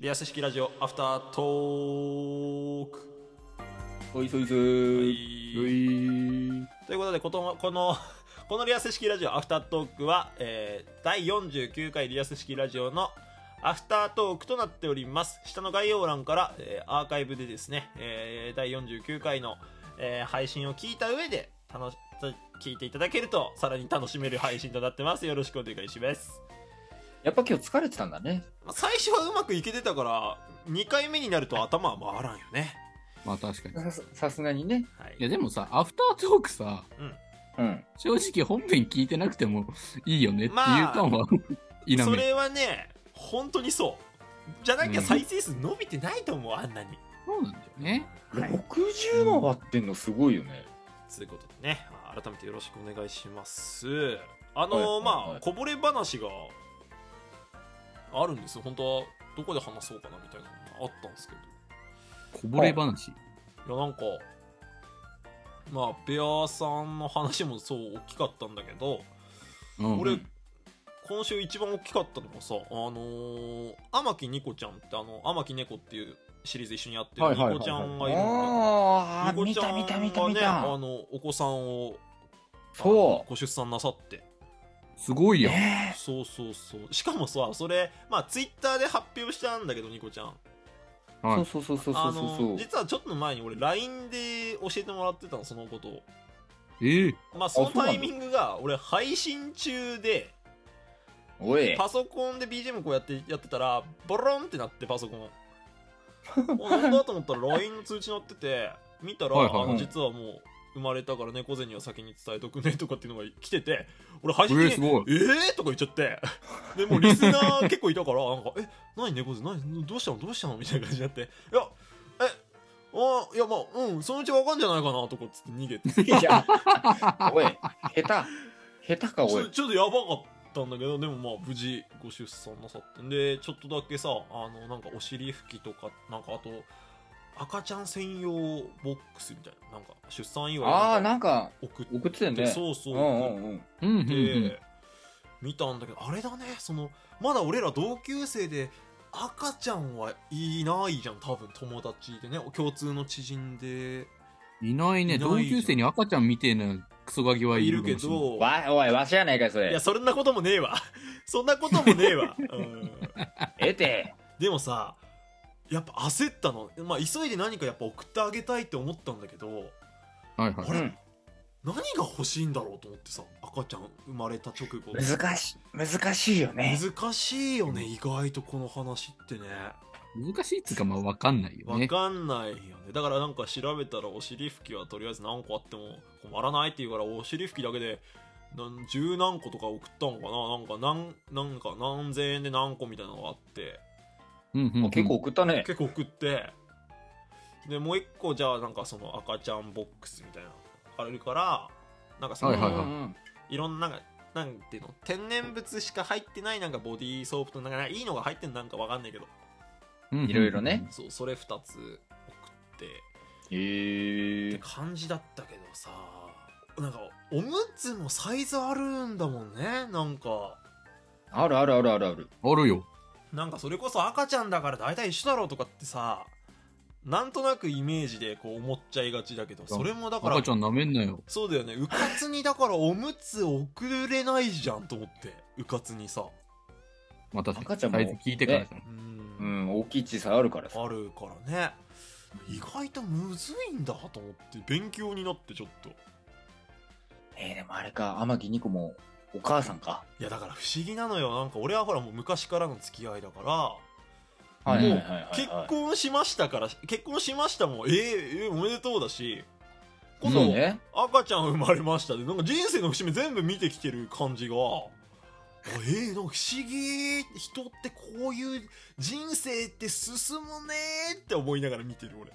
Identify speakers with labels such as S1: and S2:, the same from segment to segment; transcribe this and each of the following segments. S1: リアス式ラジオアフタートーク、
S2: おいそいそー
S1: はい
S2: い
S1: ということでことこの このリアス式ラジオアフタートークは、えー第49回リアス式ラジオのアフタートークとなっております下の概要欄から、えーアーカイブでですね、えー第49回の、えー配信を聞いた上で楽し聞いていただけるとさらに楽しめる配信となってますよろしくお願いします
S2: やっぱ今日疲れてたんだね
S1: まあ最初はうまくいけてたから2回目になると頭は回らんよね
S3: まあ確かに。
S2: ささすがにね
S1: はい
S3: いやでもさ、アフタートークさ、
S2: うん
S3: 正直本編聞いてなくてもいいよねっていう
S1: まあ
S3: 感は否
S1: そ
S3: め。
S1: れはね本当にそうじゃなきゃ
S3: うん
S1: 再生数伸びてないと思う、あんなに
S3: そうなんだよね。
S1: はい
S2: 60も割ってんのすごいよね
S1: ということでねまあ改めてよろしくお願いしますあの
S2: はい
S1: まあ、
S2: はい
S1: こぼれ話があるんですよ本当はどこで話そうかなみたいなのがあったんですけ
S3: こぼれ話。
S1: どいやなんかまあベアさんの話もそう大きかったんだけど
S3: うん。
S1: 俺、
S2: うん
S1: 今週一番大きかったのがさあのー天木ニコちゃんってあの天木猫っていうシリーズ一緒にやってる
S3: はい
S1: ニ
S3: はいはいはい
S1: コちゃんがいるんだけど、
S2: ああ
S1: ニ
S2: 見
S1: コちゃ
S2: た
S1: ん
S2: 見た見た
S1: が
S2: 見
S1: ねあ
S2: た
S1: のお子さんを
S2: そ
S1: あのご出産なさって
S3: すごいうよ。
S2: ね
S1: そうそうそうしかもさそれまあツイッターで発表したんだけどニコちゃん
S3: はい
S2: そうそうそうそうそ
S1: あ
S2: う
S1: の
S2: そう
S1: 実はちょっと前に俺 LINE で教えてもらってたのそのことを
S3: ええ
S1: まあその
S2: そう
S1: タ
S2: なの
S1: イミングが俺配信中で
S2: おい
S1: パソコンで BGM こうやってやってたらボロンってなってパソコンおなんだと思ったら LINE の通知載ってて見たら、
S3: はいはい
S1: あの実はもう生まれたから猫背には先に伝えとくねとかっていうのが来てて俺配信
S3: ええ
S1: 中
S3: す
S1: に
S3: ごい。
S1: えー、とか言っちゃってでもうリスナー結構いたからなんか「え何猫背何どうしたのどうしたの?」みたいな感じになって「いやえあいやまあうんそのうちわかんじゃないかな」とかっつって逃げて
S2: いやおい下手下手か
S1: ち
S2: お
S1: ょ
S2: い
S1: ちょっとやばかったんだけどでもまあ無事ご出産なさってでちょっとだけさあのなんかお尻拭きとかなんかあと赤ちゃん専用ボックスみたいななんか出産祝い
S2: ああ
S1: なんか
S2: なんか
S1: 送って
S2: 送ってたよね
S1: そうそうう、
S2: んうんうん
S3: うんうんう
S1: で
S3: ん。
S1: 見たんだけどあれだねそのまだ俺ら同級生で赤ちゃんはいないじゃん多分友達でね共通の知人で
S3: いないね。
S1: いない
S3: 同級生に赤ちゃんみてえなクソガキはい
S1: い
S3: る
S1: る
S3: かも
S1: け
S3: しれない。
S1: ど
S2: わおいわしやないかいそ
S1: い
S2: れ
S1: やそんなこともねえわ そんなこともねえわ、うん
S2: えて
S1: でもさやっぱ焦ったの、まあ、急いで何かやっぱ送ってあげたいって思ったんだけど
S3: はいは
S1: あ
S3: い。
S1: れ
S2: うん
S1: 何が欲しいんだろうと思ってさ赤ちゃん生まれた直後
S2: 難し難しいよね
S1: 難しいよね意外とこの話ってね
S3: 難しいっつうか、まあわかんないよ
S1: わ
S3: ね。
S1: かんないよねだからなんか調べたらお尻拭きはとりあえず何個あっても困らないっていうからお尻拭きだけでなん十何個とか送ったのかななんか何なんか何千円で何個みたいなのがあって
S3: うんうんう
S2: も
S3: ん。
S2: う結構。送ったね
S1: 結構送ってでもう一個じゃあなんかその赤ちゃんボックスみたいなのあるからなんかその、
S3: はい
S1: い
S3: はいはい
S2: うん
S1: ろんななんかなんていうの天然物しか入ってないなんかボディーソープとなんかいいのが入ってんのなんかわかんないけど
S3: うんうん
S2: いろいろね。
S1: そうそれ2つ送ってっ
S2: へ
S1: て
S2: え
S1: 感じだったけどさなんかおむつもサイズあるんだもんねなんか
S2: あるあるあるあるある
S3: あるよ。
S1: なんかそれこそ赤ちゃんだから大体一緒だろうとかってさなんとなくイメージでこう思っちゃいがちだけどそれもだから
S3: 赤ちゃん舐めんなよ。
S1: そうだよねうかつにだからおむつ送れないじゃんと思ってうかつにさ
S3: まあ確
S2: 赤
S3: かに。
S2: ちゃんも
S3: サイズ聞いてからじゃん。
S1: う
S2: うんん大きい小さいあるからさ
S1: あるからね意外とむずいんだと思って勉強になってちょっと
S2: えー、でもあれか天城二子もお母さんか
S1: いやだから不思議なのよなんか俺はほらもう昔からの付き合いだから
S3: はいはいはい
S1: 結婚しましたから結婚しましたもんえーえーおめでとうだし今
S2: そう
S1: 度
S2: ね
S1: 赤ちゃん生まれましたでなんか人生の節目全部見てきてる感じがあえー、なんか不思議人ってこういう人生って進むねーって思いながら見てる俺、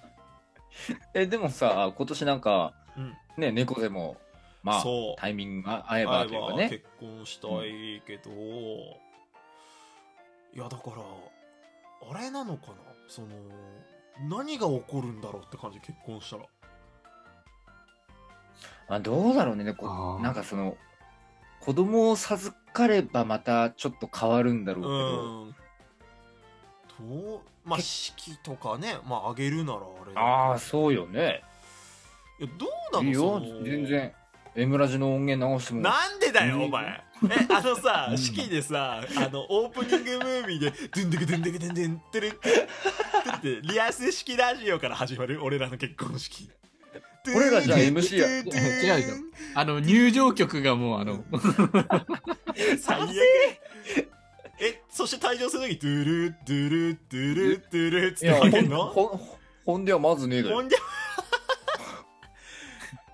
S2: えでもさ今年なんか
S1: うん、
S2: ね猫でもまあ
S1: そう
S2: タイミングが合えばというかね
S1: 結婚したいけど、いやだからあれなのかなその何が起こるんだろうって感じ結婚したら
S2: あどうだろうねこ
S3: あー
S2: なんかその子供を授かればまたちょっと変わるんだろうけど、
S1: うんそうまあ式とかねまああげるならあれ
S2: ああ、
S1: い
S2: そうよね。
S1: やどうなの
S2: いいよ
S1: その、
S2: 全然。エムラジの音源直しても。
S1: なんでだよお前えあのさ
S3: うん
S1: 式でさあのオープニングムービーで「ドゥンドゥクドゥンドゥクドゥンドゥンドゥルンってリアス式ラジオから始まる俺らの結婚式
S2: 俺らじゃあ MC や
S1: ドゥンドゥンドゥン
S3: 違うよあの、入場曲がもう、あの、
S1: 最悪えそして退場する時ドゥルドゥルドゥルドゥルっつ
S2: い
S1: って
S2: や、
S1: あげ
S2: ほ
S1: ん
S2: ん
S1: の
S2: ほんほんではまずねえだ
S1: ほ
S2: よ。
S1: んじゃ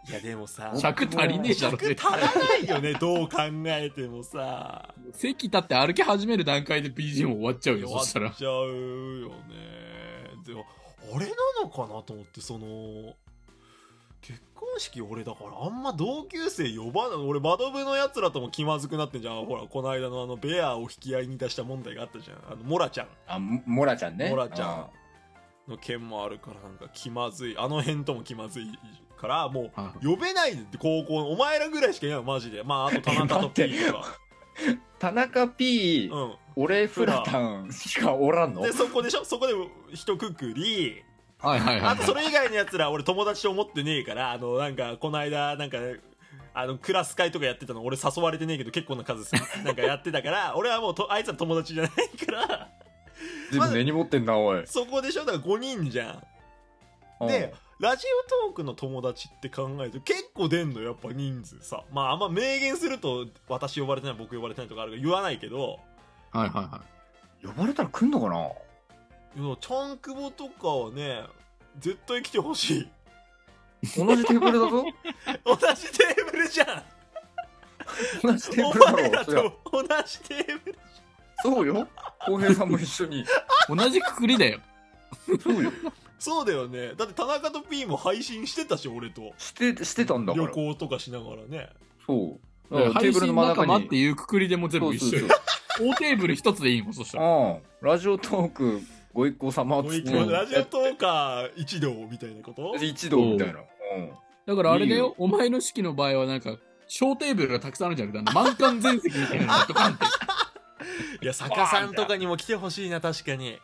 S1: いやでもさ
S3: 尺足りねえだろ、
S1: 尺
S3: 絶
S1: 足ら
S3: 対。
S1: ないよねどう考えてもさ
S3: 席立って歩き始める段階で BGM 終わっちゃう
S1: 終
S3: よ、そ
S1: わっ
S3: したら。
S1: ちゃうよねでもあれなのかなと思ってその結婚式俺だからあんま同級生呼ばない俺窓辺のやつらとも気まずくなってんじゃんほらこの間のあのベアを引き合いに出した問題があったじゃんあのモラちゃん
S2: あ、もモラちゃんね。
S1: モラちゃん
S2: あ
S1: の件もあるからなんか気まずいあの辺とも気まずいからも
S3: は
S1: う呼べないって高校のお前らぐらいしかいないのマジでまああと田中とピ
S2: え待って
S1: ーとか
S2: ー。田中 P、
S1: うん
S2: 俺フラタンしかおらんの
S1: でそこでしょそこで一括り
S3: いはいは
S1: あ
S3: い
S1: と。それ以外のやつら俺友達と思ってねえからあのなんかこの間なんかあのクラス会とかやってたの俺誘われてねえけど結構な数す なんかやってたから俺はもうとあいつら友達じゃないから
S2: 全部根に持ってんな、おい。
S1: そこでしょだから5人じゃんでラジオトークの友達って考えると結構出んのやっぱ人数さまああんま明言すると私呼ばれてない僕呼ばれてないとかあるから言わないけど
S3: はいはいは
S2: うん呼ばれたら来んのかない
S1: やチャンクボとかはね絶対来てほしい
S2: 同じテーブルだぞ
S1: 同じテーブルじゃん
S2: 同じテー
S1: お
S2: ブルだ
S1: 前ら
S2: ろそりゃ
S1: と同じテーブル
S2: そうよ浩平さんも一緒に
S3: い。同じくくりだよ。
S2: そうよ
S1: そうだよね。だって田中と P も配信してたし、俺と。
S2: してしてたんだから
S1: 旅行とかしながらね。
S2: そうだからテ
S3: 配
S2: ーブルの
S3: 信
S2: 真ん
S3: 仲
S2: 中
S3: 間
S2: に
S3: っていうくくりでも全部一緒
S2: そう
S3: よ。大テーブル一つでいいもん、そしたら。
S2: うんラジオトークご一行様っつって
S3: ご一行
S1: ラジオトーカー一同みたいなこと
S2: 一同みたいな
S3: だからあれだ
S2: いい
S3: よ
S2: よ、
S3: お前の式の場合はなんか、小テーブルがたくさんあるんじゃなく て、あの満館全席みたいなのがドカンって。
S1: いや、坂さんとかにも来てほしいな、確かに。い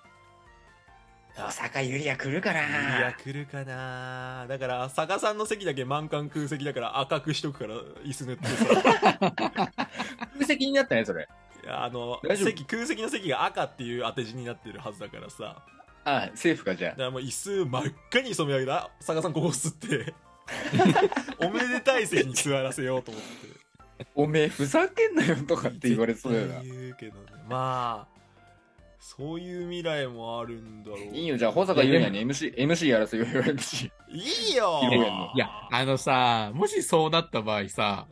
S2: 大阪ゆりや来るか
S1: や、来るかなだから、坂さんの席だけ満館空席だから赤くしとくから、椅子塗ってさ。
S2: 空席になったねそれ
S1: いやあの
S2: 大、丈夫
S1: 席、空席の席が赤っていう当て字になってるはずだからさ。
S2: あ政府かじゃ
S1: だからもう椅子真っ赤に染め上げた。あ坂さんここ吸 って。おめでたい席に座らせようと思って。
S2: あおめえふざけんなよとかって言われそうだよな
S1: 絶対言うけどねまあそういう未来もあるんだろう
S2: いいよじゃあ保坂ゆりやに MC, MC やらせよ MC
S1: いいよ
S2: いやいや
S3: いや、あのさ、もしそうなった場合さ、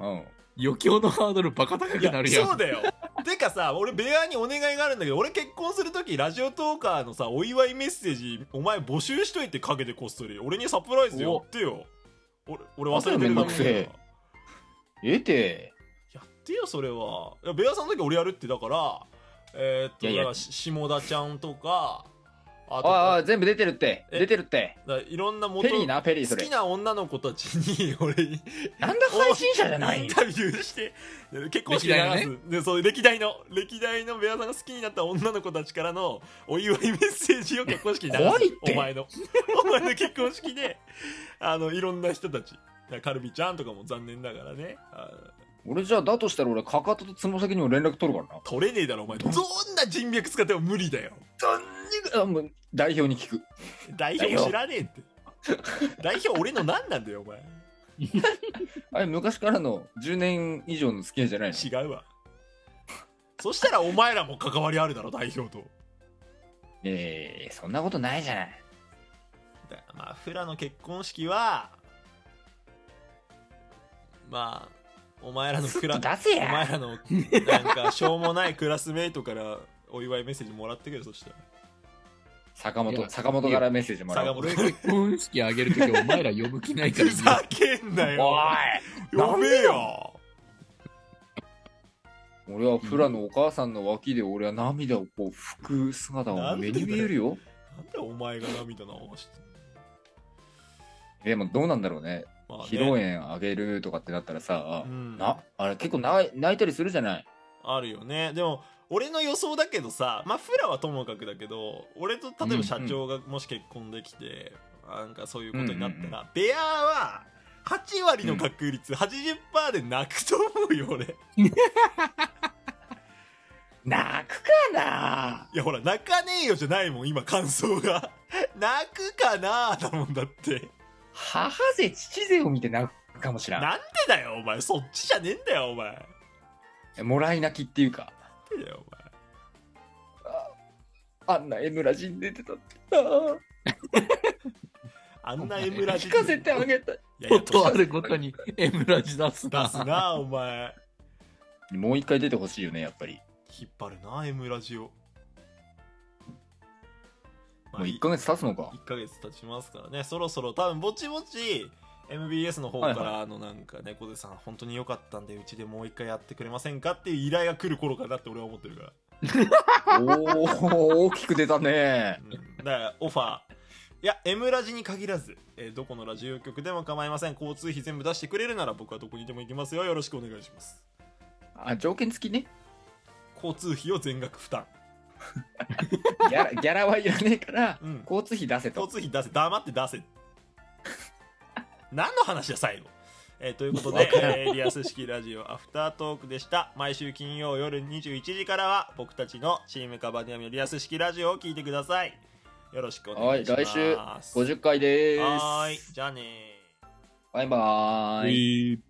S1: う
S2: うん
S3: 余興のハードルバカ高
S1: ん
S3: く
S1: いや
S3: なるやん。
S1: そうだよてかさ俺ベアにお願いがあるんだけど俺結婚する時ラジオトーカーのさお祝いメッセージお前募集しといて陰でこっそり俺にサプライズやってよ俺俺忘れてるだ
S2: なんだよめんどく
S1: け
S2: せ
S1: だ
S2: えええて
S1: やってよそれはいやベアさんの時俺やるってだからえーっと
S2: いやいや
S1: だからし下田ちゃんとかあと
S2: ああ、全部出てるって。
S1: え
S2: 出てるって。
S1: だからいろんな元
S2: ペリーな、ペリーそ
S1: 好
S2: れ
S1: き。な女の子たちに俺に
S2: なんだ 配信者じゃな
S1: イン
S2: い
S1: タビューして結婚式
S3: 歴代の
S1: ら
S3: ね
S1: ず、でそう歴代の歴代のベアさんが好きになった女の子たちからのお祝いメッセージを結婚式に流す
S2: 怖いって
S1: お前の お前の結婚式であのいろんな人たちカルビちゃんとかも残念ながらねあ
S2: 俺じゃあ、だとしたら俺、かかととつま先にも連絡取るからな。
S1: 取れねえだろお前どんな人脈使っても無理だよ
S2: あもう代表に聞く。
S1: 代表知らねえって代表俺の何なんだよお前
S2: あれ、昔からの10年以上の付き合いじゃないの
S1: 違うわそしたらお前らも関わりあるだろ代表と
S2: ええそんなことないじゃない。
S1: だまあフラの結婚式はまあお前らのクラ
S2: 出せ
S1: お前
S2: や。
S1: らのなんかしょうもないクラスメイトからお祝いメッセージもらってくれそしたら
S2: 坂
S3: い
S2: 本、
S3: や
S2: 坂本からメッセージもら
S1: 坂
S2: おう。
S1: 本
S3: 俺結婚式あげるときお前ら呼ぶ気ないか
S1: ふ
S3: ら
S1: ざけんなよやべえよ
S2: おい俺はフラのお母さんの脇で俺は涙をこう拭く姿を目に見えるよ。
S1: なんでお前が涙流してんの
S2: でもどうなんだろうね。
S1: まあね
S2: 披露宴あげるとかってなったらさ
S1: う、ん
S2: な、あれ結構ない泣いたりするじゃない
S1: あるよねでも俺の予想だけどさまあフラはともかくだけど俺と例えば社長がもし結婚できて、なんかそういうことになったら、
S2: うんうん
S1: ベアは8割の確率、80%で泣くと思うよ俺い
S2: 泣くかな
S1: やほら泣かねえよじゃないもん今感想が 泣くかなあだもんだって
S2: 母勢、父勢を見て泣くかもしらん
S1: なんでだよお前そっちじゃねえんだよお前なん。
S2: もらい泣きっていうか、
S1: でだよお前
S2: あんなエムラジに出てたって。あ
S1: あんな M ラ
S2: あ、
S1: ジ
S2: 聞かせてあげたい。
S1: いやいや
S3: ことあるごとにエムラジ出すな
S1: 出すなお前
S2: もう一回出てほしいよね、やっぱり。
S1: 引っ張るな M ラジオ、ま
S2: もう
S1: い
S2: 1ヶ月経つのか。
S1: 1ヶ月経ちますからねそろそろ多分ぼちぼち MBS の方から、
S2: はいは
S1: あのなんか猫背さん本当に良かったんでうちでもう一回やってくれませんかっていう依頼が来る頃かなって俺は思ってるから、
S2: おお、大きく出たね。
S1: うん、だからオファーいや M ラジに限らず、えーどこのラジオ局でも構いません交通費全部出してくれるなら僕はどこにでも行きますよよろしくお願いします
S2: あ、条件付きね。
S1: 交通費を全額負担
S2: ギャラ、ギャラはいらねえから、
S1: うん
S2: 交通費出せ
S1: 交
S2: と。
S1: 通費出せ黙って 出せ何の話だ最後、えーということで、えーリアス式ラジオアフタートークでした毎週金曜夜21時からは僕たちのチームカバディアミのリアス式ラジオを聞いてくださいよろしくお
S2: は
S1: 願
S2: い、
S1: いします
S2: 来週50回でーす。
S1: はーいじゃあねー
S2: バイバーイ。
S3: い